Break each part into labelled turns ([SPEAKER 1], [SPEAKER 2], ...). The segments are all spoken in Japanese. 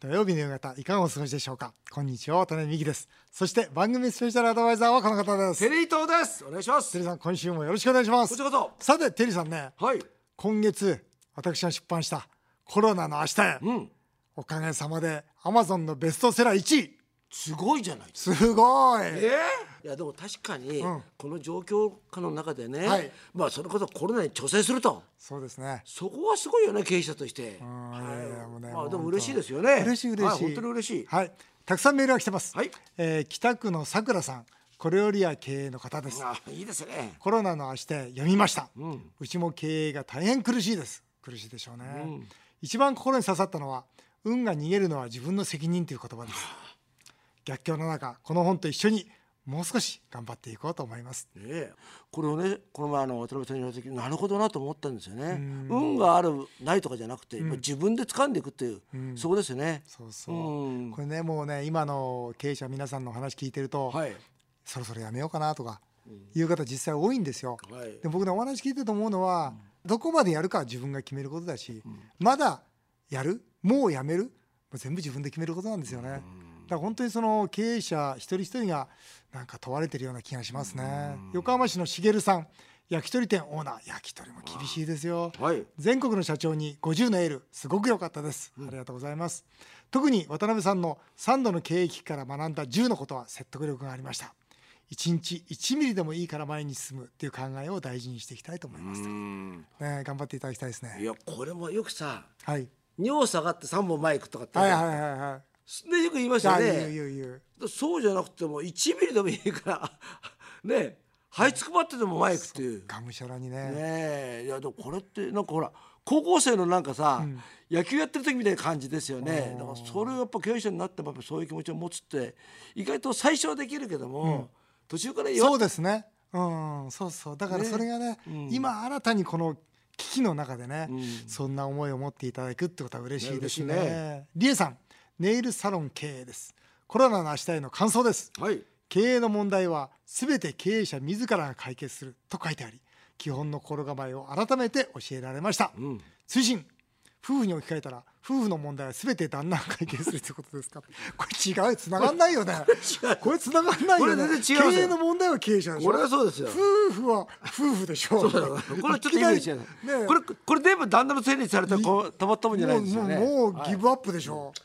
[SPEAKER 1] 土曜日の夕方いかがお過ごしでしょうかこんにちは渡辺美希ですそして番組スペシャルアドバイザーはこの方です
[SPEAKER 2] テリー東ですお願いします
[SPEAKER 1] テリーさん今週もよろしくお願いしま
[SPEAKER 2] こ
[SPEAKER 1] す
[SPEAKER 2] ちらこ
[SPEAKER 1] さてテリーさんね
[SPEAKER 2] そはい
[SPEAKER 1] 今月私が出版したコロナの明日へ
[SPEAKER 2] うん
[SPEAKER 1] おかげさまでアマゾンのベストセラー1位
[SPEAKER 2] すごいじゃないですか
[SPEAKER 1] すごい
[SPEAKER 2] えいやでも確かに、
[SPEAKER 1] うん
[SPEAKER 2] この状況下の中でね、
[SPEAKER 1] はい
[SPEAKER 2] まあそれこそコロナに調整すると
[SPEAKER 1] そうですね
[SPEAKER 2] そこはすごいよね経営者として、
[SPEAKER 1] んいやいやもうね
[SPEAKER 2] まあ
[SPEAKER 1] 本
[SPEAKER 2] でも
[SPEAKER 1] 当
[SPEAKER 2] 嬉しいですよね
[SPEAKER 1] 嬉しい嬉しい、
[SPEAKER 2] はい本当に嬉しい、
[SPEAKER 1] はいたくさんメールが来てます
[SPEAKER 2] はい
[SPEAKER 1] えー北区のさくらさんこれよりは経営の方です
[SPEAKER 2] あいいですね
[SPEAKER 1] コロナの明日読みました、う
[SPEAKER 2] うん
[SPEAKER 1] ちも経営が大変苦しいです苦しいでしょうね、一番心に刺さったのは運が逃げるのは自分の責任という言葉です逆境の中この本と一緒にもう少し頑張っていこうと思います
[SPEAKER 2] ねえこれをねこの前あの渡辺さんに言われた時なるほどなと思ったんですよね運があるないとかじゃなくて、もう自分で掴んでいくっていう、そこですよね
[SPEAKER 1] そうそう、
[SPEAKER 2] うん
[SPEAKER 1] これねもうね今の経営者皆さんのお話聞いてると、
[SPEAKER 2] はい
[SPEAKER 1] そろそろやめようかなとかいう方実際多いんですよ、
[SPEAKER 2] はい
[SPEAKER 1] で僕ねお話聞いてると思うのは、どこまでやるかは自分が決めることだし、まだやるもうやめるもう全部自分で決めることなんですよね、だから本当にその経営者一人一人がなんか問われてるような気がしますね、横浜市のしげるさん焼き鳥店オーナー焼き鳥も厳しいですよ、
[SPEAKER 2] はい
[SPEAKER 1] 全国の社長に50のエールすごく良かったです、ありがとうございます特に渡辺さんの3度の経営危機から学んだ10のことは説得力がありました1日1ミリでもいいから前に進むっていう考えを大事にしていきたいと思います、
[SPEAKER 2] うん
[SPEAKER 1] ね、頑張っていただきたいです
[SPEAKER 2] い
[SPEAKER 1] ね
[SPEAKER 2] やこれもよくさ
[SPEAKER 1] はい
[SPEAKER 2] 尿下がって3本前行くとかって、
[SPEAKER 1] はいはいはいはい
[SPEAKER 2] ねよく言いまし
[SPEAKER 1] じゃ
[SPEAKER 2] た
[SPEAKER 1] あ
[SPEAKER 2] よ
[SPEAKER 1] 言う
[SPEAKER 2] ね
[SPEAKER 1] 言う言う
[SPEAKER 2] そうじゃなくても1ミリでもいいから ね這いつくばってでも前行くっていう
[SPEAKER 1] がむしゃらに
[SPEAKER 2] ね
[SPEAKER 1] ね
[SPEAKER 2] えいやでもこれってなんかほら高校生のなんかさ、野球やってる時みたいな感じですよねだからそれをやっぱ経営者になってもやっぱそういう気持ちを持つって意外と最初はできるけども、途中から
[SPEAKER 1] そううですねうんそうそうだからそれがね今新たにこの危機の中でね、そんな思いを持っていただくってことは嬉しいですね
[SPEAKER 2] ね嬉しい
[SPEAKER 1] リエさんネイルサロン経営ですコロナの明日への感想です
[SPEAKER 2] はい
[SPEAKER 1] 経営の問題は全て経営者自らが解決すると書いてあり基本の心構えを改めて教えられました、
[SPEAKER 2] ん
[SPEAKER 1] 推進夫婦に置き換えたら夫婦の問題は全て旦那が解決するということですか これ違う繋がんないよ ね
[SPEAKER 2] 違う
[SPEAKER 1] これ繋がんないよね
[SPEAKER 2] これ全然違う
[SPEAKER 1] 経
[SPEAKER 2] ぞ
[SPEAKER 1] 営の問題は経営者でしょ
[SPEAKER 2] これはそうですよ
[SPEAKER 1] 夫婦は夫婦でしょ
[SPEAKER 2] そうだからこれちょっと意味が違う、
[SPEAKER 1] きなりね
[SPEAKER 2] これこれ全部旦那のせいにされたらこうたまったもんじゃないです
[SPEAKER 1] も
[SPEAKER 2] よ
[SPEAKER 1] う
[SPEAKER 2] ね
[SPEAKER 1] もうもう
[SPEAKER 2] はい
[SPEAKER 1] ギブアップでしょ、うん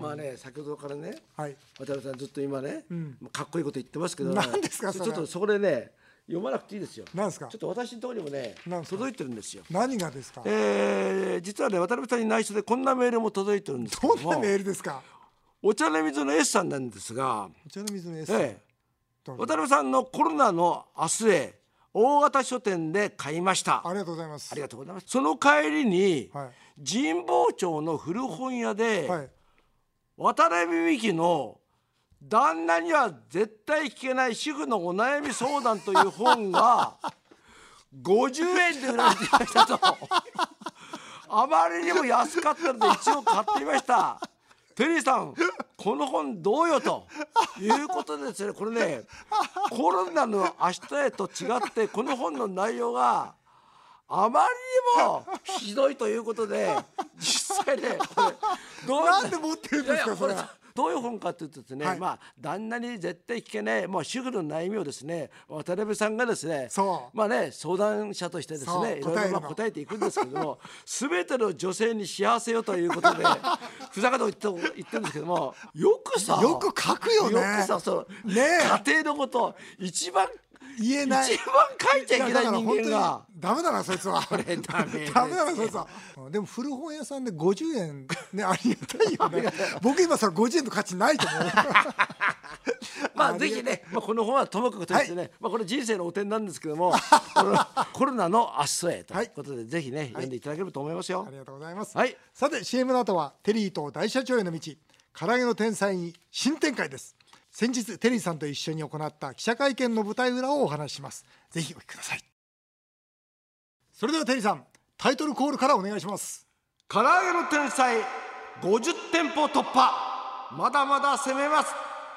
[SPEAKER 2] まあね先ほどからね、
[SPEAKER 1] はい
[SPEAKER 2] 渡辺さんずっと今ね、かっこいいこと言ってますけど
[SPEAKER 1] 何ですか
[SPEAKER 2] ち
[SPEAKER 1] そ
[SPEAKER 2] ょ
[SPEAKER 1] れ
[SPEAKER 2] ちょっとそこでね読まなくていいですよ
[SPEAKER 1] 何ですか
[SPEAKER 2] ちょっと私のところにもね
[SPEAKER 1] 何ですか
[SPEAKER 2] 届いてるんですよ
[SPEAKER 1] 何がですか
[SPEAKER 2] えー、実はね渡辺さんに内緒でこんなメールも届いてるんですけ
[SPEAKER 1] ど
[SPEAKER 2] ど
[SPEAKER 1] んな
[SPEAKER 2] も
[SPEAKER 1] メールですか
[SPEAKER 2] お茶の水の S さんなんですが、
[SPEAKER 1] お茶の水の S さん、
[SPEAKER 2] ええ、
[SPEAKER 1] どうも
[SPEAKER 2] 渡辺さんのコロナの明日へ大型書店で買いました
[SPEAKER 1] ありがとうございます
[SPEAKER 2] ありがとうございますその帰りに、
[SPEAKER 1] はい
[SPEAKER 2] 神保町の古本屋で、
[SPEAKER 1] はい
[SPEAKER 2] 渡辺美樹の「旦那には絶対聞けない主婦のお悩み相談」という本が50円で売られていましたとあまりにも安かったので一応買ってみましたテリーさんこの本どうよということでですねこれねコロナの明日へと違ってこの本の内容があまりにもひどいということで実際ねこれどう
[SPEAKER 1] なんで持ってるん
[SPEAKER 2] い
[SPEAKER 1] で
[SPEAKER 2] やい
[SPEAKER 1] す
[SPEAKER 2] や
[SPEAKER 1] か
[SPEAKER 2] こ
[SPEAKER 1] そ
[SPEAKER 2] れ
[SPEAKER 1] れ
[SPEAKER 2] どういう本かというとですね、
[SPEAKER 1] はい
[SPEAKER 2] まあ旦那に絶対聞けないもう主婦の悩みをですね渡辺さんがですね
[SPEAKER 1] そう
[SPEAKER 2] まあね相談者としてです
[SPEAKER 1] そう
[SPEAKER 2] ねいろい
[SPEAKER 1] 答え
[SPEAKER 2] ろ
[SPEAKER 1] る
[SPEAKER 2] ま
[SPEAKER 1] の
[SPEAKER 2] あ答えていくんですけども 全ての女性に幸せよという ことでふざけたこと言って言ってるんですけどもよくさ
[SPEAKER 1] よく書くよね
[SPEAKER 2] よくさその、
[SPEAKER 1] ねえ
[SPEAKER 2] 家庭のこと一番
[SPEAKER 1] 言え
[SPEAKER 2] 一
[SPEAKER 1] な
[SPEAKER 2] 番
[SPEAKER 1] い
[SPEAKER 2] 書いちゃいけな
[SPEAKER 1] やだ
[SPEAKER 2] い
[SPEAKER 1] から
[SPEAKER 2] 人
[SPEAKER 1] 本当
[SPEAKER 2] 間
[SPEAKER 1] に
[SPEAKER 2] が。
[SPEAKER 1] ダメだなそいつは
[SPEAKER 2] れダメです
[SPEAKER 1] ダメだなそいつはでも古本屋さんで50円ねありがたいよね僕今それ50円の価値ないと思う
[SPEAKER 2] まあぜひね、まあ、この本はともかくとしてね、まあこれ人生の汚点なんですけど もこのコロナの明日へと
[SPEAKER 1] はいいう
[SPEAKER 2] ことで、ぜひね読んでいただければと思いますよ
[SPEAKER 1] あ。りがとうございます、
[SPEAKER 2] はい
[SPEAKER 1] さて CM の後はテリーと大社長への道唐揚げの天才に新展開です先日テリーさんと一緒に行った記者会見の舞台裏をお話ししますぜひお聞きくださいそれではテリーさんタイトルコールからお願いします
[SPEAKER 2] 唐揚げの天才50店舗突破まだまだ攻めます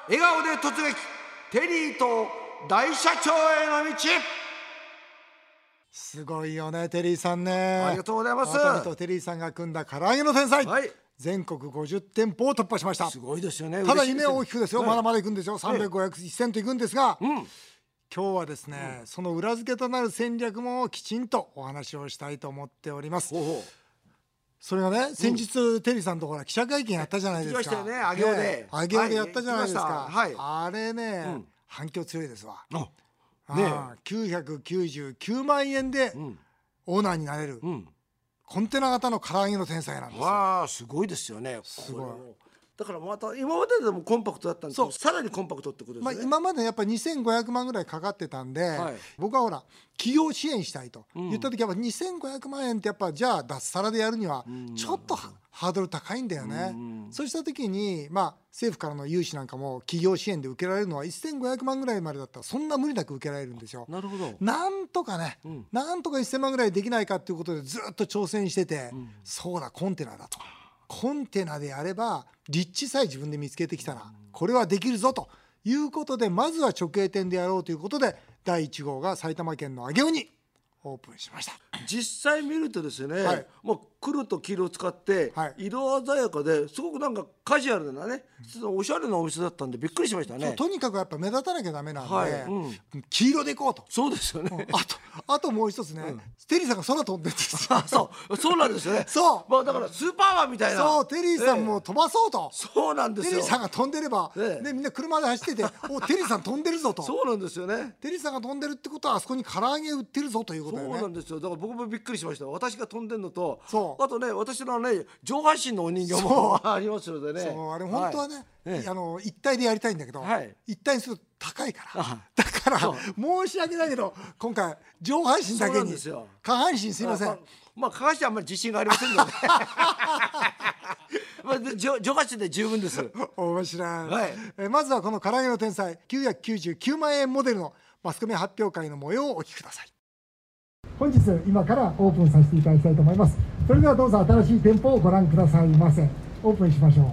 [SPEAKER 2] 笑顔で突撃テリーと大社長への道
[SPEAKER 1] すごいよねテリーさんね
[SPEAKER 2] ありがとうございます
[SPEAKER 1] 渡辺とテリーさんが組んだ唐揚げの天才、
[SPEAKER 2] はい
[SPEAKER 1] 全国50店舗を突破しました
[SPEAKER 2] すごいですよね
[SPEAKER 1] ただ
[SPEAKER 2] 嬉しい
[SPEAKER 1] 夢は大きくですよ、
[SPEAKER 2] ね
[SPEAKER 1] まだまだ行くんですよ300、500、1000と行くんですが、
[SPEAKER 2] うん
[SPEAKER 1] 今日はですね、その裏付けとなる戦略もきちんとお話をしたいと思っております
[SPEAKER 2] ほうほ
[SPEAKER 1] それがね先日、テリーさんとこら記者会見やったじゃないですか
[SPEAKER 2] 行きましたよね上尾で
[SPEAKER 1] ね上尾でやったじゃないですか、
[SPEAKER 2] はい行きました
[SPEAKER 1] あれね、
[SPEAKER 2] うん
[SPEAKER 1] 反響強いですわ
[SPEAKER 2] うあ
[SPEAKER 1] ね
[SPEAKER 2] ね
[SPEAKER 1] 999万円で
[SPEAKER 2] うん
[SPEAKER 1] オーナーになれる、
[SPEAKER 2] うん
[SPEAKER 1] コンテナ型の唐揚げの天才なんですよ
[SPEAKER 2] わあすごいですよね
[SPEAKER 1] すごい
[SPEAKER 2] これもだからまた今まででもコンパクトだったんですけどさらにコンパクトってことです
[SPEAKER 1] まあ、
[SPEAKER 2] ね、
[SPEAKER 1] 今までやっぱり2500万ぐらいかかってたんで、
[SPEAKER 2] はい
[SPEAKER 1] 僕はほら企業支援したいと
[SPEAKER 2] うん
[SPEAKER 1] 言った時やっぱ2500万円ってやっぱじゃあ脱サラでやるには
[SPEAKER 2] うん
[SPEAKER 1] ちょっとはハードル高いんだよね
[SPEAKER 2] うん
[SPEAKER 1] そうした時に、まあ、政府からの融資なんかも企業支援で受けられるのは1500万ぐらいまでだったらそんな無理なく受けられるんですよ。
[SPEAKER 2] なるほど
[SPEAKER 1] なんとかね、
[SPEAKER 2] うん
[SPEAKER 1] なんとか1000万ぐらいできないかっていうことでずっと挑戦してて、
[SPEAKER 2] ん
[SPEAKER 1] そうだコンテナだとコンテナでやれば立地さえ自分で見つけてきたらこれはできるぞということでまずは直営店でやろうということで第1号が埼玉県の上尾にオープンしました
[SPEAKER 2] 実際見るとですね、
[SPEAKER 1] はい
[SPEAKER 2] もう黒と黄色を使って
[SPEAKER 1] はい
[SPEAKER 2] 色鮮やかですごくなんかカジュアルなね、おしゃれなお店だったんでびっくりしましたね
[SPEAKER 1] とにかくやっぱ目立たなきゃダメなんで、
[SPEAKER 2] はいうん
[SPEAKER 1] 黄色でいこ うと
[SPEAKER 2] そうですよね、
[SPEAKER 1] あとあともう一つね、テリーさんが空飛んでるんですよ
[SPEAKER 2] あそうそうなんですよね
[SPEAKER 1] そう
[SPEAKER 2] まあだからスーパーマンみたいな
[SPEAKER 1] そうテリーさん
[SPEAKER 2] え
[SPEAKER 1] も飛ばそうと、
[SPEAKER 2] えそうなんです
[SPEAKER 1] テ
[SPEAKER 2] よ
[SPEAKER 1] リーさんが飛んでれば、
[SPEAKER 2] ええ
[SPEAKER 1] ね、みんな車で走 ってて「おテリーさん飛んでるぞ」と
[SPEAKER 2] そうなんですよね
[SPEAKER 1] テリーさんが飛んでるってことはあそこに唐揚げ売ってるぞということだ
[SPEAKER 2] そう
[SPEAKER 1] よ
[SPEAKER 2] なん
[SPEAKER 1] ね
[SPEAKER 2] ですよだから僕もびっくりしました私が飛んでんのと
[SPEAKER 1] そう
[SPEAKER 2] あとね私のね上半身のお人形も ありますのでね
[SPEAKER 1] そうあれ本当はね、
[SPEAKER 2] ええ
[SPEAKER 1] あの一体でやりたいんだけど、
[SPEAKER 2] はい
[SPEAKER 1] 一体にすると高いから
[SPEAKER 2] あ
[SPEAKER 1] だから
[SPEAKER 2] そう
[SPEAKER 1] 申し訳ないけど今回上半身だけ
[SPEAKER 2] そうなん
[SPEAKER 1] に
[SPEAKER 2] ですよ
[SPEAKER 1] 下半身すいません
[SPEAKER 2] あまあ加賀市はあんまり自信がありませんので まあで上上半身で十分です
[SPEAKER 1] 面白い、
[SPEAKER 2] はい
[SPEAKER 1] えーまずはこの唐揚げの天才999万円モデルのマスコミ発表会の模様をお聞きください本日今からオープンさせていただきたいと思いますそれではどうぞ新しい店舗をご覧くださいませオープンしましょう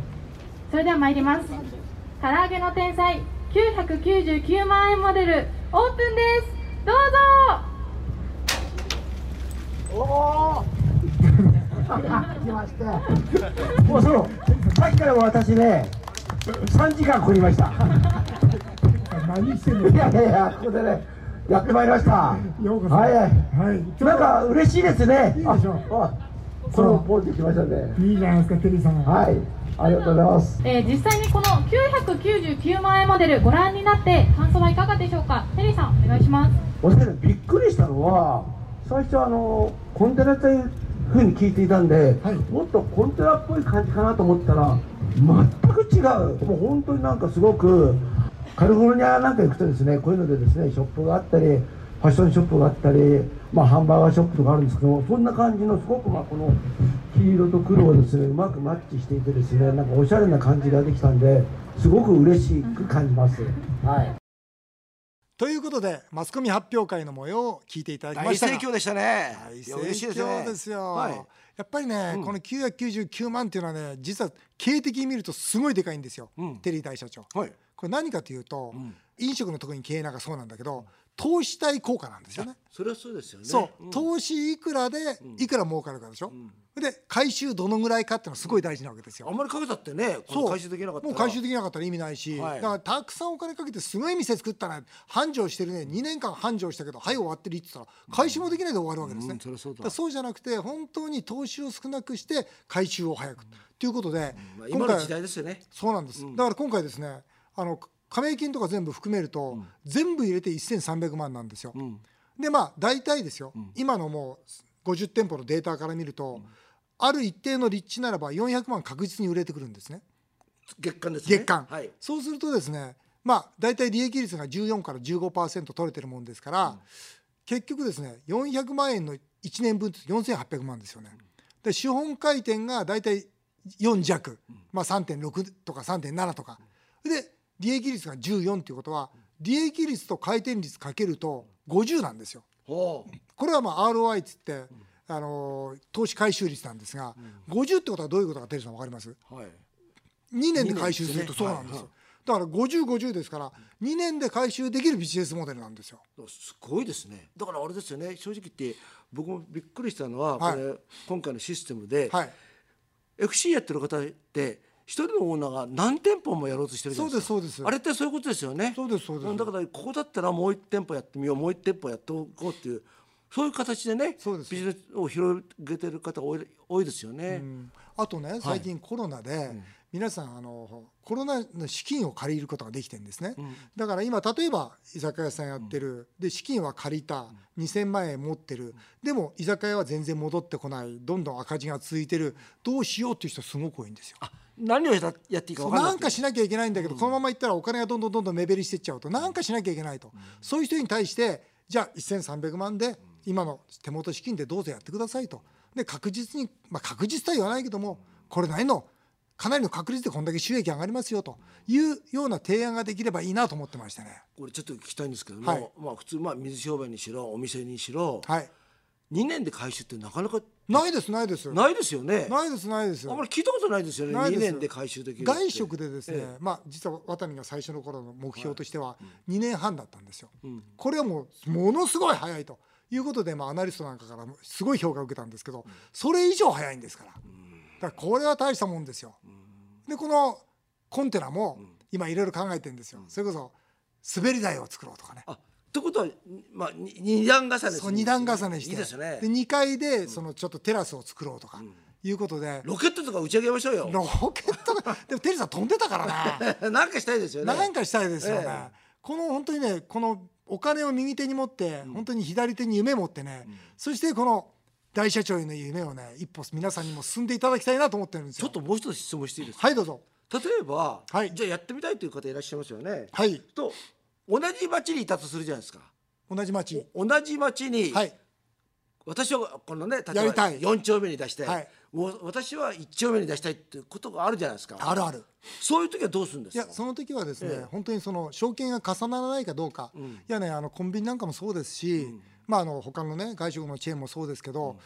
[SPEAKER 3] それでは参ります唐揚げの天才999万円モデルオープンですどうぞ
[SPEAKER 4] 来ました。もうそう、さっきから私ね、3時間こりました。
[SPEAKER 1] 何してん
[SPEAKER 4] いやいやいや、ここでね、やってまいりました。
[SPEAKER 1] ようこそ
[SPEAKER 4] はい、
[SPEAKER 1] はい
[SPEAKER 4] なんか嬉しいですね。
[SPEAKER 1] いいでしょう
[SPEAKER 4] ああこのポーズ来ましたね。
[SPEAKER 1] いいじゃないですかテリーさん
[SPEAKER 4] はい、ありがとうございます。
[SPEAKER 3] えー実際にこの999万円モデルご覧になって感想はいかがでしょうかテリーさんお願いします
[SPEAKER 4] おしゃれ、びっくりしたのは、最初あの、コンテナという風に聞いていたんで、
[SPEAKER 1] はい
[SPEAKER 4] もっとコンテナっぽい感じかなと思ったら、全く違う。もう本当になんかすごく、カリフォルニアなんか行くとですね、こういうのでですね、ショップがあったり、ファッションショップがあったり、まあハンバーガーショップとかあるんですけど、そんな感じのすごくまあこの黄色と黒をですね、うまくマッチしていてですね、なんかおしゃれな感じができたんで、すごく嬉しく感じます。はい。
[SPEAKER 1] ということでマスコミ発表会の模様を聞いていただきま
[SPEAKER 2] 大
[SPEAKER 1] した
[SPEAKER 2] 盛
[SPEAKER 1] が
[SPEAKER 2] 況でしたね
[SPEAKER 1] 大
[SPEAKER 2] いや嬉しいです
[SPEAKER 1] 盛
[SPEAKER 2] ね
[SPEAKER 1] 況ですよ、
[SPEAKER 2] はい
[SPEAKER 1] やっぱりね、この999万っていうのはね実は経営的に見るとすごいでかいんですよ、
[SPEAKER 2] うん
[SPEAKER 1] テリー大社長
[SPEAKER 2] はい
[SPEAKER 1] これ何かというと、
[SPEAKER 2] ん
[SPEAKER 1] 飲食の特に経営なんかそうなんだけど投資対効果なんですよね
[SPEAKER 2] それはそうですよね
[SPEAKER 1] そう、
[SPEAKER 2] ん
[SPEAKER 1] 投資いくらでいくら儲かるかでしょ、で回収どのぐらいかっていうのはすごい大事なわけですよ、
[SPEAKER 2] あんまりかけたってねこ
[SPEAKER 1] そ
[SPEAKER 2] の
[SPEAKER 1] う
[SPEAKER 2] 回収できなかった
[SPEAKER 1] もう
[SPEAKER 2] ら
[SPEAKER 1] 回収できなかったら意味ないし、
[SPEAKER 2] はい
[SPEAKER 1] だからたくさんお金かけてすごい店作ったね繁盛してるね2年間繁盛したけどはい終わってるって言ったら回収もできないで終わるわけですね、
[SPEAKER 2] うんそりゃそうだ
[SPEAKER 1] からそうじゃなくて本当に投資を少なくして回収を早く、ということで、
[SPEAKER 2] まあ今の時代ですよね
[SPEAKER 1] そうなんです、だから今回ですねあの加盟金とか全部含めると、全部入れて1300万なんですよ、でまあ大体ですよ、今のもう50店舗のデータから見ると、ある一定の立地ならば400万確実に売れてくるんですね
[SPEAKER 2] 月間ですね
[SPEAKER 1] 月間、
[SPEAKER 2] はい
[SPEAKER 1] そうするとですねまあ大体利益率が14から15%取れてるもんですから、結局ですね400万円の1年分って4800万ですよね。で資本回転が大体4弱、まあ、3.6とか3.7とかで利益率が14っていうことは利益率と回転率かけると50なんですよ。
[SPEAKER 2] ほう
[SPEAKER 1] これはまあ ROI っつって、あのー投資回収率なんですが、50ってことはどういうことかテリーさん分かります
[SPEAKER 2] はい
[SPEAKER 1] 2年で回収すると
[SPEAKER 2] 二
[SPEAKER 1] そう
[SPEAKER 2] 年
[SPEAKER 1] なんです
[SPEAKER 2] はい
[SPEAKER 1] よだから50、50ですから2年で回収できるビジネスモデルなんですよ。
[SPEAKER 2] すごいですねだからあれですよね正直言って僕もびっくりしたのは、
[SPEAKER 1] はい
[SPEAKER 2] これ今回のシステムで、
[SPEAKER 1] はい、
[SPEAKER 2] FC やってる方って一人のオーナーが何店舗もやろうとしてるじゃないですか
[SPEAKER 1] そうですそうです
[SPEAKER 2] あれってそういうことですよね
[SPEAKER 1] そうですそうです
[SPEAKER 2] んだからここだったらもう一店舗やってみようもう一店舗やっておこうっていうそういう形でね
[SPEAKER 1] そうです
[SPEAKER 2] ビジネスを広げてる方多い多いですよね、
[SPEAKER 1] うんあとね最近コロナで皆さんあのコロナの資金を借りることができてるんですね、だから今例えば居酒屋さんやってる、で資金は借りた2,000万円持ってるでも居酒屋は全然戻ってこないどんどん赤字が続いてるどうしようっていう人すごく多いんですよ。
[SPEAKER 2] 何をやったやっていいか分から
[SPEAKER 1] な
[SPEAKER 2] ない
[SPEAKER 1] んかしなきゃいけないんだけど、このままいったらお金がどんどんどんどん目減りしてっちゃうとなんかしなきゃいけないと、そういう人に対してじゃあ1300万で今の手元資金でどうぞやってくださいとで確実に、まあ、確実とは言わないけどもこれなりのかなりの確率でこんだけ収益上がりますよというような提案ができればいいなと思ってましたね。
[SPEAKER 2] これちょっと聞きたいんですけども、
[SPEAKER 1] はい
[SPEAKER 2] まあ普通まあ水商売にしろお店にしろ、
[SPEAKER 1] はい、
[SPEAKER 2] 2年で回収ってなかなか
[SPEAKER 1] ないですないです
[SPEAKER 2] ないですよね
[SPEAKER 1] ないですないです
[SPEAKER 2] あんまり聞いたことないですよね
[SPEAKER 1] ないです
[SPEAKER 2] 2年で回収できるって
[SPEAKER 1] 外食でですね、
[SPEAKER 2] え
[SPEAKER 1] まあ、実はワタミが最初の頃の目標としては2年半だったんですよ。
[SPEAKER 2] ん
[SPEAKER 1] これはもうものすごい早いということで、まあ、アナリストなんかからもすごい評価を受けたんですけどそれ以上早いんですからだからこれは大したもんですよ。でこのコンテナも今いろいろ考えてるんですよ。それこそ滑り台を作ろうとかね。
[SPEAKER 2] あってことは、まあ、に二段重ねする
[SPEAKER 1] そう二段重ねして
[SPEAKER 2] いいですね
[SPEAKER 1] で2階でそのちょっとテラスを作ろうとかいうことで、
[SPEAKER 2] ロケットとか打ち上げましょうよ
[SPEAKER 1] ロケットがでもテリーさん飛んでたからな。
[SPEAKER 2] なんかしたいですよね
[SPEAKER 1] なんかしたいですよね、
[SPEAKER 2] え
[SPEAKER 1] この本当にねこのお金を右手に持って、本当に左手に夢持ってね、そしてこの大社長への夢をね一歩皆さんにも進んでいただきたいなと思ってるんです
[SPEAKER 2] ちょ
[SPEAKER 1] よ
[SPEAKER 2] っともう一つ質問していいですか
[SPEAKER 1] はいどうぞ
[SPEAKER 2] 例えば、
[SPEAKER 1] はい
[SPEAKER 2] じゃあやってみたいという方いらっしゃいますよね、
[SPEAKER 1] はい
[SPEAKER 2] と同じ町にいたとするじゃないですか
[SPEAKER 1] 同じ町
[SPEAKER 2] 同じ町に、
[SPEAKER 1] はい
[SPEAKER 2] 私はこのね例
[SPEAKER 1] や
[SPEAKER 2] え
[SPEAKER 1] り
[SPEAKER 2] ば
[SPEAKER 1] たい
[SPEAKER 2] 4丁目に出したい、
[SPEAKER 1] はい
[SPEAKER 2] もう私は1丁目に出したいっていうことがあるじゃないですか
[SPEAKER 1] あるある
[SPEAKER 2] そういう時はどうするんで
[SPEAKER 1] い
[SPEAKER 2] す
[SPEAKER 1] や
[SPEAKER 2] か
[SPEAKER 1] その時はですね、
[SPEAKER 2] ええ
[SPEAKER 1] 本当にその証券が重ならないかどうか、いやねあのコンビニなんかもそうですし、まああの他のね外食のチェーンもそうですけど、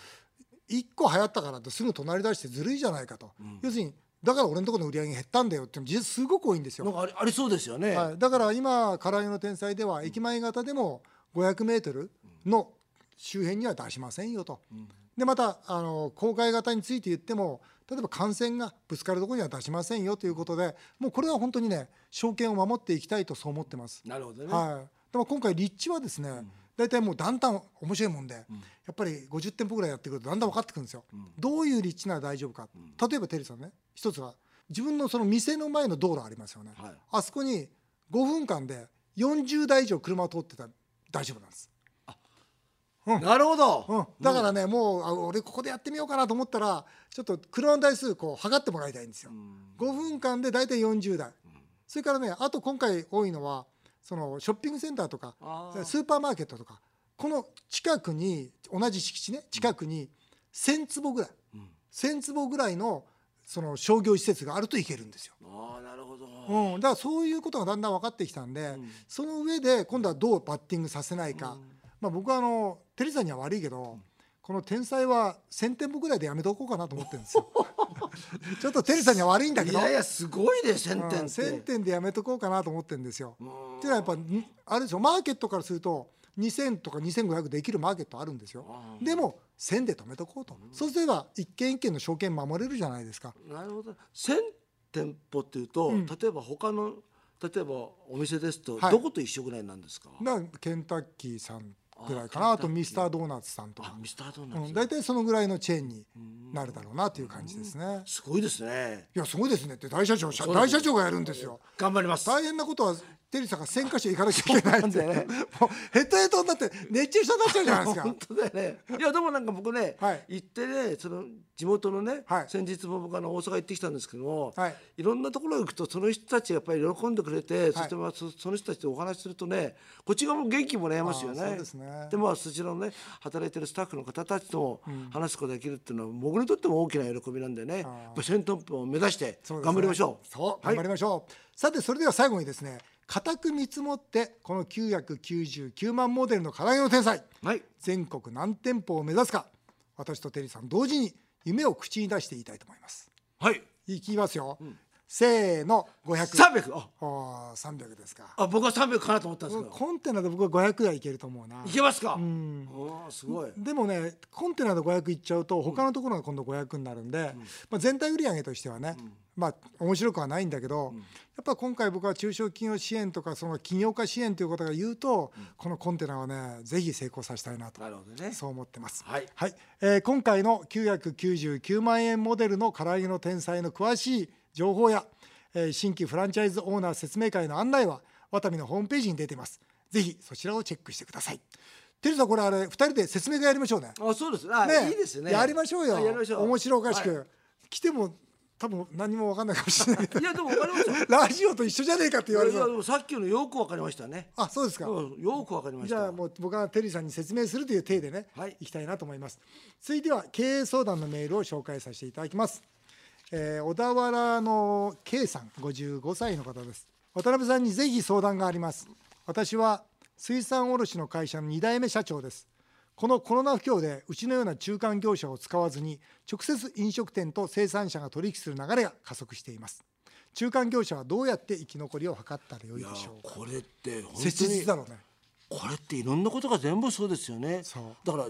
[SPEAKER 1] 一個流行ったからってすぐ隣り出してずるいじゃないかと、要するにだから俺のところの売り上げ減ったんだよっていうの実はすごく多いんですよ
[SPEAKER 2] なんかありありそうですよね、
[SPEAKER 1] はい、だから今唐揚げの天才では駅前型でも500メートルの周辺には出しませんよと、でまたあの公開型について言っても例えば感染がぶつかるところには出しませんよということでもうこれは本当にね証券を守っていきたいとそう思ってます。
[SPEAKER 2] なるほどね、
[SPEAKER 1] はい、でも今回立地はですね、大体もうだんだん面白いもんで、やっぱり50店舗ぐらいやってくるとだんだん分かってくるんですよ、どういう立地なら大丈夫か、例えばテリーさんね一つは自分のその店の前の道路ありますよね、
[SPEAKER 2] はい
[SPEAKER 1] あそこに5分間で40台以上車通ってたら大丈夫なんです、
[SPEAKER 2] なるほど、
[SPEAKER 1] うん、だからね、もうあ俺ここでやってみようかなと思ったらちょっと車の台数こう測ってもらいたいんですよ、5分間で大体40台、それからねあと今回多いのはそのショッピングセンターとか
[SPEAKER 2] あー
[SPEAKER 1] スーパーマーケットとかこの近くに同じ敷地ね近くに1,000坪ぐらい、1,000坪ぐらいのその商業施設があるといけるんですよ。
[SPEAKER 2] ああなるほど、
[SPEAKER 1] うん、だからそういうことがだんだん分かってきたんで、その上で今度はどうバッティングさせないか、まあ、僕はあのテリーさんには悪いけど、この天才は1000店舗ぐらいでやめておこうかなと思ってるんです よ。ちょっとテリーさんには悪いんだけ
[SPEAKER 2] い
[SPEAKER 1] ど
[SPEAKER 2] やいやすごいね
[SPEAKER 1] う
[SPEAKER 2] 1000
[SPEAKER 1] ん
[SPEAKER 2] 点って、
[SPEAKER 1] 1000点でやめとこうかなと思ってるんですよ。
[SPEAKER 2] うん
[SPEAKER 1] っていうのはやっぱんあれですよマーケットからすると2000とか2500できるマーケットあるんですよでも1000で止めとこうと、そうすれば一軒一軒の証券守れるじゃないですか
[SPEAKER 2] なるほど1000店舗っていうと、例えば他の例えばお店ですと、
[SPEAKER 1] はい
[SPEAKER 2] どこと一緒ぐらいなんですか
[SPEAKER 1] だからケンタッキーさんぐらいかなあ
[SPEAKER 2] あ
[SPEAKER 1] と
[SPEAKER 2] ケンタッキー
[SPEAKER 1] ミスタードーナツさんと
[SPEAKER 2] あ
[SPEAKER 1] か、
[SPEAKER 2] ミスタードーナツ、
[SPEAKER 1] うん、大体そのぐらいのチェーンになるだろうなという感じですね
[SPEAKER 2] すごいですね
[SPEAKER 1] いやすごいですねって大社長社
[SPEAKER 2] うなんで
[SPEAKER 1] 大
[SPEAKER 2] すよ
[SPEAKER 1] 社長がやるんですよ
[SPEAKER 2] 頑張ります
[SPEAKER 1] 大変なことはテリーさんが1000箇所行かなきゃいけないってもうヘトヘトになって熱中症になっちゃうじゃないですか
[SPEAKER 2] 本当だよねいやでもなんか僕ね、
[SPEAKER 1] はい
[SPEAKER 2] 行ってねその地元のね、
[SPEAKER 1] はい
[SPEAKER 2] 先日も僕あの大阪行ってきたんですけども、
[SPEAKER 1] はい
[SPEAKER 2] ろんなところ行くとその人たちがやっぱり喜んでくれて、そしてまあそその人たちとお話しするとねこっち側も元気もらえますよね
[SPEAKER 1] あーそうですね
[SPEAKER 2] でまあそちらのね働いてるスタッフの方たちとも話すことができるっていうのは、僕にとっても大きな喜びなんでねやっぱ先頭を目指して
[SPEAKER 1] そうですね
[SPEAKER 2] 頑張りましょう
[SPEAKER 1] そう、
[SPEAKER 2] は
[SPEAKER 1] 頑
[SPEAKER 2] い
[SPEAKER 1] 張りましょう。さて、それでは最後にですね、固く見積もって、この999万モデルの唐揚げの天才、
[SPEAKER 2] はい
[SPEAKER 1] 全国何店舗を目指すか、私とテリーさん同時に夢を口に出して言いたいと思います。
[SPEAKER 2] はい
[SPEAKER 1] いきますよ。せーの500
[SPEAKER 2] 300あ
[SPEAKER 1] あー300ですか
[SPEAKER 2] あ僕は300かなと思ったんですけど
[SPEAKER 1] コンテナで僕は500はいけると思うない
[SPEAKER 2] けますか
[SPEAKER 1] うん
[SPEAKER 2] ああすごい
[SPEAKER 1] でもねコンテナで500いっちゃうと他のところが今度500になるんで、まあ、全体売り上げとしてはね、まあ面白くはないんだけど、やっぱ今回僕は中小企業支援とかその企業家支援ということが言うと、このコンテナはねぜひ成功させたいなと
[SPEAKER 2] なるほどね
[SPEAKER 1] そう思ってます、
[SPEAKER 2] はい
[SPEAKER 1] えー今回の999万円モデルの唐揚げの天才の詳しい情報や、えー新規フランチャイズオーナー説明会の案内はワタミのホームページに出ていますぜひそちらをチェックしてくださいてるさんこれあれ2人で説明会やりましょうね
[SPEAKER 2] あそうですねあいいですね
[SPEAKER 1] やりましょうよ
[SPEAKER 2] あやりましょう
[SPEAKER 1] 面白おかしく、
[SPEAKER 2] は
[SPEAKER 1] 来ても多分何も分かんないかもしれないけど
[SPEAKER 2] いいやでも分かりましたよ
[SPEAKER 1] ラジオと一緒じゃねえかって言われ
[SPEAKER 2] いやで
[SPEAKER 1] る
[SPEAKER 2] もさっきのよく分かりましたね
[SPEAKER 1] あそうですか、
[SPEAKER 2] うんよく分かりまし
[SPEAKER 1] じ
[SPEAKER 2] た
[SPEAKER 1] ゃあもう僕はテリーさんに説明するという体でね、
[SPEAKER 2] はい
[SPEAKER 1] い、きたいなと思います続いては経営相談のメールを紹介させていただきます、えー小田原の K さん55歳の方です渡辺さんにぜひ相談があります私は水産卸の会社の2代目社長ですこのコロナ不況でうちのような中間業者を使わずに直接飲食店と生産者が取引する流れが加速しています中間業者はどうやって生き残りを図ったらよい
[SPEAKER 2] いや
[SPEAKER 1] でしょうか
[SPEAKER 2] これって本
[SPEAKER 1] 切実
[SPEAKER 2] 当
[SPEAKER 1] だろ
[SPEAKER 2] に
[SPEAKER 1] うね
[SPEAKER 2] これっていろんなことが全部そうですよね
[SPEAKER 1] そう
[SPEAKER 2] だから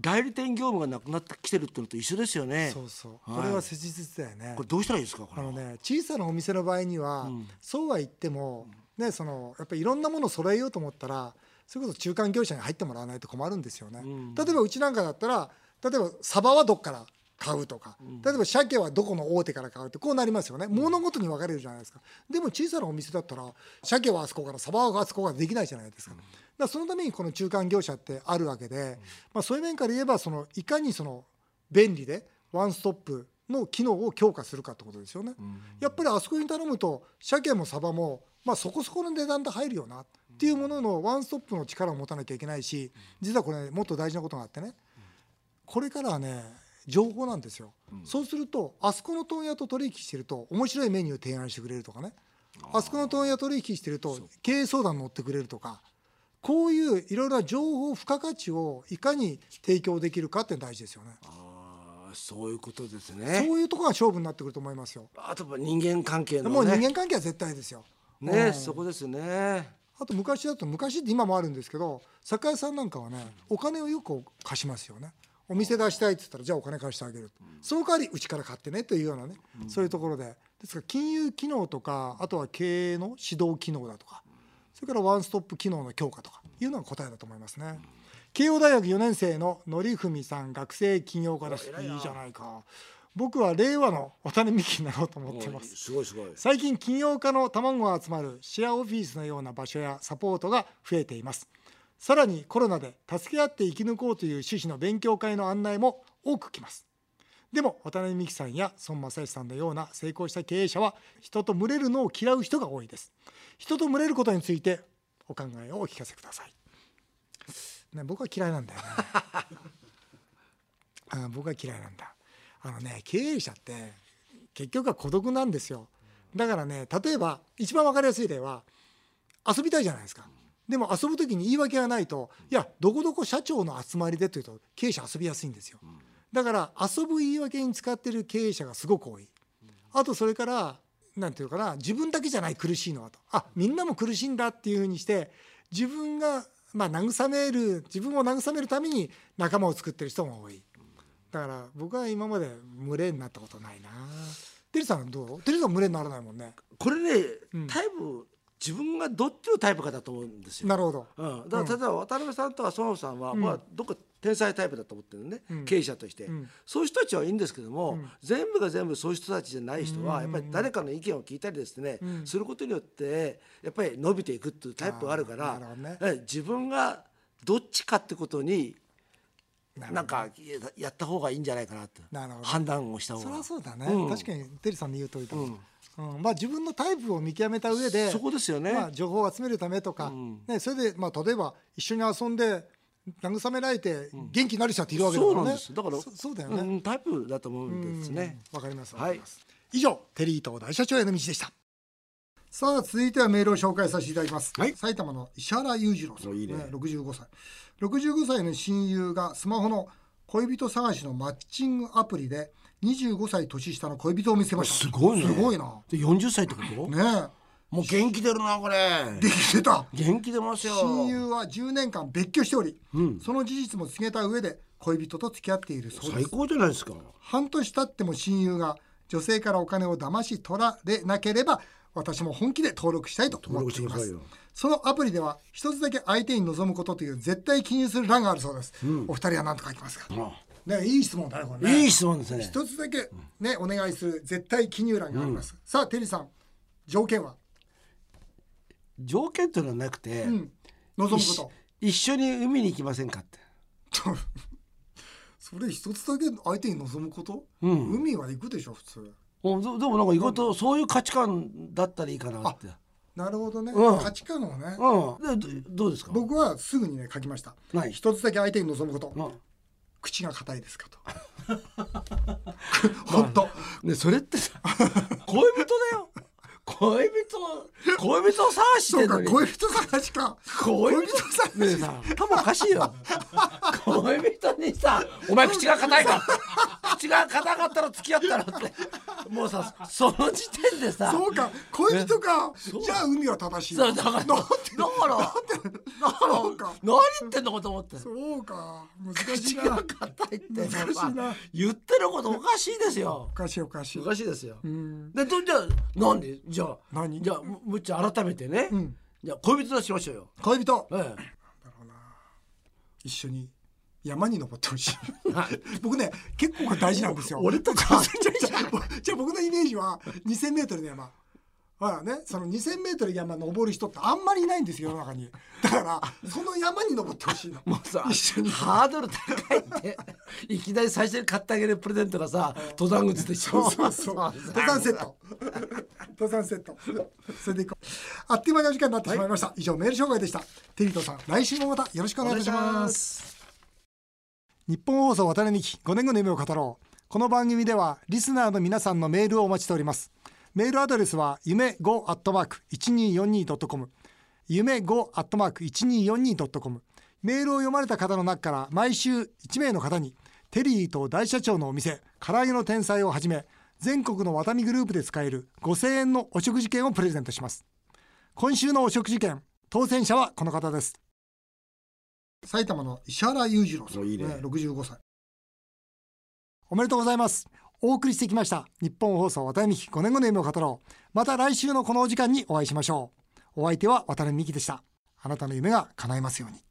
[SPEAKER 2] 代理店業務がなくなってきてるってのと一緒ですよね
[SPEAKER 1] そうそう、
[SPEAKER 2] はい
[SPEAKER 1] これは切実だよね
[SPEAKER 2] これどうしたらいいですかこ
[SPEAKER 1] あ
[SPEAKER 2] れは
[SPEAKER 1] のね小さなお店の場合には、そうは言っても、ね、そのやっぱりいろんなものを揃えようと思ったらそれこそ中間業者に入ってもらわないと困るんですよね、例えばうちなんかだったら例えばサバはどっから買うとか、例えば鮭はどこの大手から買うってこうなりますよね物ごとに分かれるじゃないですかでも小さなお店だったら鮭はあそこからサバはあそこからできないじゃないですか,、だからそのためにこの中間業者ってあるわけで、まあ、そういう面から言えばそのいかにその便利でワンストップの機能を強化するかってことですよね、やっぱりあそこに頼むと鮭もサバも、まあ、そこそこの値段で入るよなっていうもののワンストップの力を持たなきゃいけないし実はこれもっと大事なことがあってねこれからはね情報なんですよ、そうするとあそこの問屋と取引してると面白いメニュー提案してくれるとかねあそこの問屋取引してると経営相談乗ってくれるとかこういういろいろな情報付加価値をいかに提供できるかって大事ですよね
[SPEAKER 2] あーそういうことですね
[SPEAKER 1] そういうところが勝負になってくると思いますよ
[SPEAKER 2] あとは人間関係のね
[SPEAKER 1] もう人間関係は絶対ですよ
[SPEAKER 2] ねそこですね
[SPEAKER 1] あと昔だと昔って今もあるんですけど酒屋さんなんかはねお金をよく貸しますよねお店出したいって言ったらじゃあお金貸してあげる、その代わりうちから買ってねというようなね、そういうところでですから金融機能とかあとは経営の指導機能だとかそれからワンストップ機能の強化とかいうのが答えだと思いますね、慶応大学4年生の則文さん学生起業家ですいいじゃないか僕は令和の渡辺美樹になろうと思っています
[SPEAKER 2] すごいすごい
[SPEAKER 1] 最近企業家の卵が集まるシェアオフィスのような場所やサポートが増えていますさらにコロナで助け合って生き抜こうという趣旨の勉強会の案内も多く来ますでも渡辺美樹さんや孫正義さんのような成功した経営者は人と群れるのを嫌う人が多いです人と群れることについてお考えをお聞かせください、ね、僕は嫌いなんだよね あ僕は嫌いなんだあのね経営者って結局は孤独なんですよだからね例えば一番分かりやすい例は遊びたいじゃないですかでも遊ぶ時に言い訳がないといやどこどこ社長の集まりでというと経営者遊びやすいんですよだから遊ぶ言い訳に使ってる経営者がすごく多いあとそれからなんていうのかな自分だけじゃない苦しいのはとあみんなも苦しいんだっていうふうにして自分がまあ慰める自分を慰めるために仲間を作ってる人も多いだから僕は今まで群れになったことないなてるさんどうてるさん群れにならないもんね
[SPEAKER 2] これねタイプ自分がどっちのタイプかだと思うんですよ
[SPEAKER 1] なるほど
[SPEAKER 2] うん、だから例えば渡辺さんとか孫さんは、まあ、どっか天才タイプだと思ってるね、経営者として、
[SPEAKER 1] ん
[SPEAKER 2] そういう人たちはいいんですけども、全部が全部そういう人たちじゃない人は、やっぱり誰かの意見を聞いたりですね、することによってやっぱり伸びていくっていうタイプがあるか
[SPEAKER 1] あーなる
[SPEAKER 2] ら
[SPEAKER 1] ほどね
[SPEAKER 2] え自分がどっちかってことに
[SPEAKER 1] なるほど
[SPEAKER 2] なんかやった方がいいんじゃないかなって
[SPEAKER 1] なるほど
[SPEAKER 2] 判断をした方
[SPEAKER 1] そり
[SPEAKER 2] が
[SPEAKER 1] ゃそうだね、
[SPEAKER 2] うん
[SPEAKER 1] 確かにてるさんの言う通りだ、うんまあ、自分のタイプを見極めた上で
[SPEAKER 2] そこですよね
[SPEAKER 1] まあ、情報を集めるためとか、ね、それで、まあ、例えば一緒に遊んで慰められて元気になる人っているわけだか
[SPEAKER 2] そ
[SPEAKER 1] ら
[SPEAKER 2] う
[SPEAKER 1] ね、
[SPEAKER 2] なんですだから
[SPEAKER 1] そそうだよね、
[SPEAKER 2] うんタイプだと思うんですね。
[SPEAKER 1] わかります。
[SPEAKER 2] はい
[SPEAKER 1] わかります以上、テリーと大社長への道でした。さあ、続いてはメールを紹介させていただきます。
[SPEAKER 2] はい
[SPEAKER 1] 埼玉の石原裕次郎さん、
[SPEAKER 2] おいいね
[SPEAKER 1] 65歳。65歳の親友がスマホの恋人探しのマッチングアプリで25歳年下の恋人を見せました
[SPEAKER 2] すごいね
[SPEAKER 1] すごいな
[SPEAKER 2] で40歳ってこと、
[SPEAKER 1] ね
[SPEAKER 2] もう元気出るなこれ
[SPEAKER 1] えできてた
[SPEAKER 2] 元気出ますよ
[SPEAKER 1] 親友は10年間別居しており、その事実も告げた上で恋人と付き合っているそうで
[SPEAKER 2] 最
[SPEAKER 1] す
[SPEAKER 2] 高じゃないですか
[SPEAKER 1] 半年経っても親友が女性からお金を騙し取られなければ私も本気で登録したいと思っていま
[SPEAKER 2] 登録して
[SPEAKER 1] す
[SPEAKER 2] ください
[SPEAKER 1] そのアプリでは一つだけ相手に望むことという絶対記入する欄があるそうです、お二人は何と書きますか、ね、いい質問だねこれね
[SPEAKER 2] いい質問ですね
[SPEAKER 1] 一つだけねお願いする絶対記入欄があります、さあテリーさん条件は
[SPEAKER 2] 条件というのはなくて、
[SPEAKER 1] 望むこ
[SPEAKER 2] 一緒
[SPEAKER 1] と
[SPEAKER 2] 一緒に海に行きませんかって
[SPEAKER 1] それ一つだけ相手に望むこと、
[SPEAKER 2] ん
[SPEAKER 1] 海は行くでしょ普通
[SPEAKER 2] おででもなんか意外とそういう価値観だったらいいかなって
[SPEAKER 1] なるほどね、
[SPEAKER 2] うん
[SPEAKER 1] 価値観をね、
[SPEAKER 2] うんでどどうですか
[SPEAKER 1] 僕はすぐにね書きました
[SPEAKER 2] はい
[SPEAKER 1] 一つだけ相手に望むこと、
[SPEAKER 2] うん
[SPEAKER 1] 口が硬いです かと本当、
[SPEAKER 2] ねそれってさ恋人だよ恋人恋人を探し
[SPEAKER 1] そ
[SPEAKER 2] て
[SPEAKER 1] うん
[SPEAKER 2] の
[SPEAKER 1] か
[SPEAKER 2] に
[SPEAKER 1] 恋人探しか
[SPEAKER 2] 恋人さねえさ頭おかしいよ恋人にさ「お前口が硬いか?」口が硬かったら付き合ったらってもうさその時点でさ
[SPEAKER 1] そうか恋人かじゃあ海は正しい
[SPEAKER 2] そうだからだからだから
[SPEAKER 1] そうか
[SPEAKER 2] 何言ってんのかと思って
[SPEAKER 1] そうか難しい
[SPEAKER 2] 口
[SPEAKER 1] な
[SPEAKER 2] が硬いって
[SPEAKER 1] 難しいな
[SPEAKER 2] 言ってることおかしいですよ
[SPEAKER 1] おかしいおかしい
[SPEAKER 2] おかしいですよ
[SPEAKER 1] うん
[SPEAKER 2] でとじゃあなんでじゃあ
[SPEAKER 1] 何
[SPEAKER 2] じゃあむむっちゃん改めてね、
[SPEAKER 1] うん
[SPEAKER 2] じゃあ恋人としましょうよ、
[SPEAKER 1] 恋人
[SPEAKER 2] え
[SPEAKER 1] 一緒に山に登ってほしい
[SPEAKER 2] え、な
[SPEAKER 1] 僕ね結構これ大事なんですよ
[SPEAKER 2] 俺と
[SPEAKER 1] じ ゃあじゃあじゃあ僕のイメージは 2000m の山ほらねその 2000m 山登る人ってあんまりいないんですよ世の中にだからその山に登ってほしいの
[SPEAKER 2] もうさ
[SPEAKER 1] 一緒に
[SPEAKER 2] ハードル高 いっていきなり最初に買ってあげるプレゼントがさ登山靴でし
[SPEAKER 1] そ
[SPEAKER 2] ょ
[SPEAKER 1] うそうそう登山セット登山セットそれでいこうあっという間にお時間になってしまいました、以上メール紹介でしたテリーとさん来週もまたよろしくお
[SPEAKER 2] お
[SPEAKER 1] 願い
[SPEAKER 2] 願い
[SPEAKER 1] いた
[SPEAKER 2] し
[SPEAKER 1] しま
[SPEAKER 2] ますす
[SPEAKER 5] 日本放送渡辺美希5年後の夢を語ろうこの番組ではリスナーの皆さんのメールをお待ちしておりますメールアドレスは夢 5-1242.com 夢 5-1242.com メールを読まれた方の中から毎週1名の方にテリーと大社長のお店唐揚げの天才をはじめ全国のワタミグループで使える5000円のお食事券をプレゼントします今週のお食事券当選者はこの方です
[SPEAKER 1] 埼玉の石原裕次郎さん
[SPEAKER 2] おいいね
[SPEAKER 1] 65歳
[SPEAKER 5] おめでとうございます。お送りしてきました。日本放送渡辺美希5年後の夢を語ろう。また来週のこのお時間にお会いしましょう。お相手は渡辺美希でした。あなたの夢が叶いますように。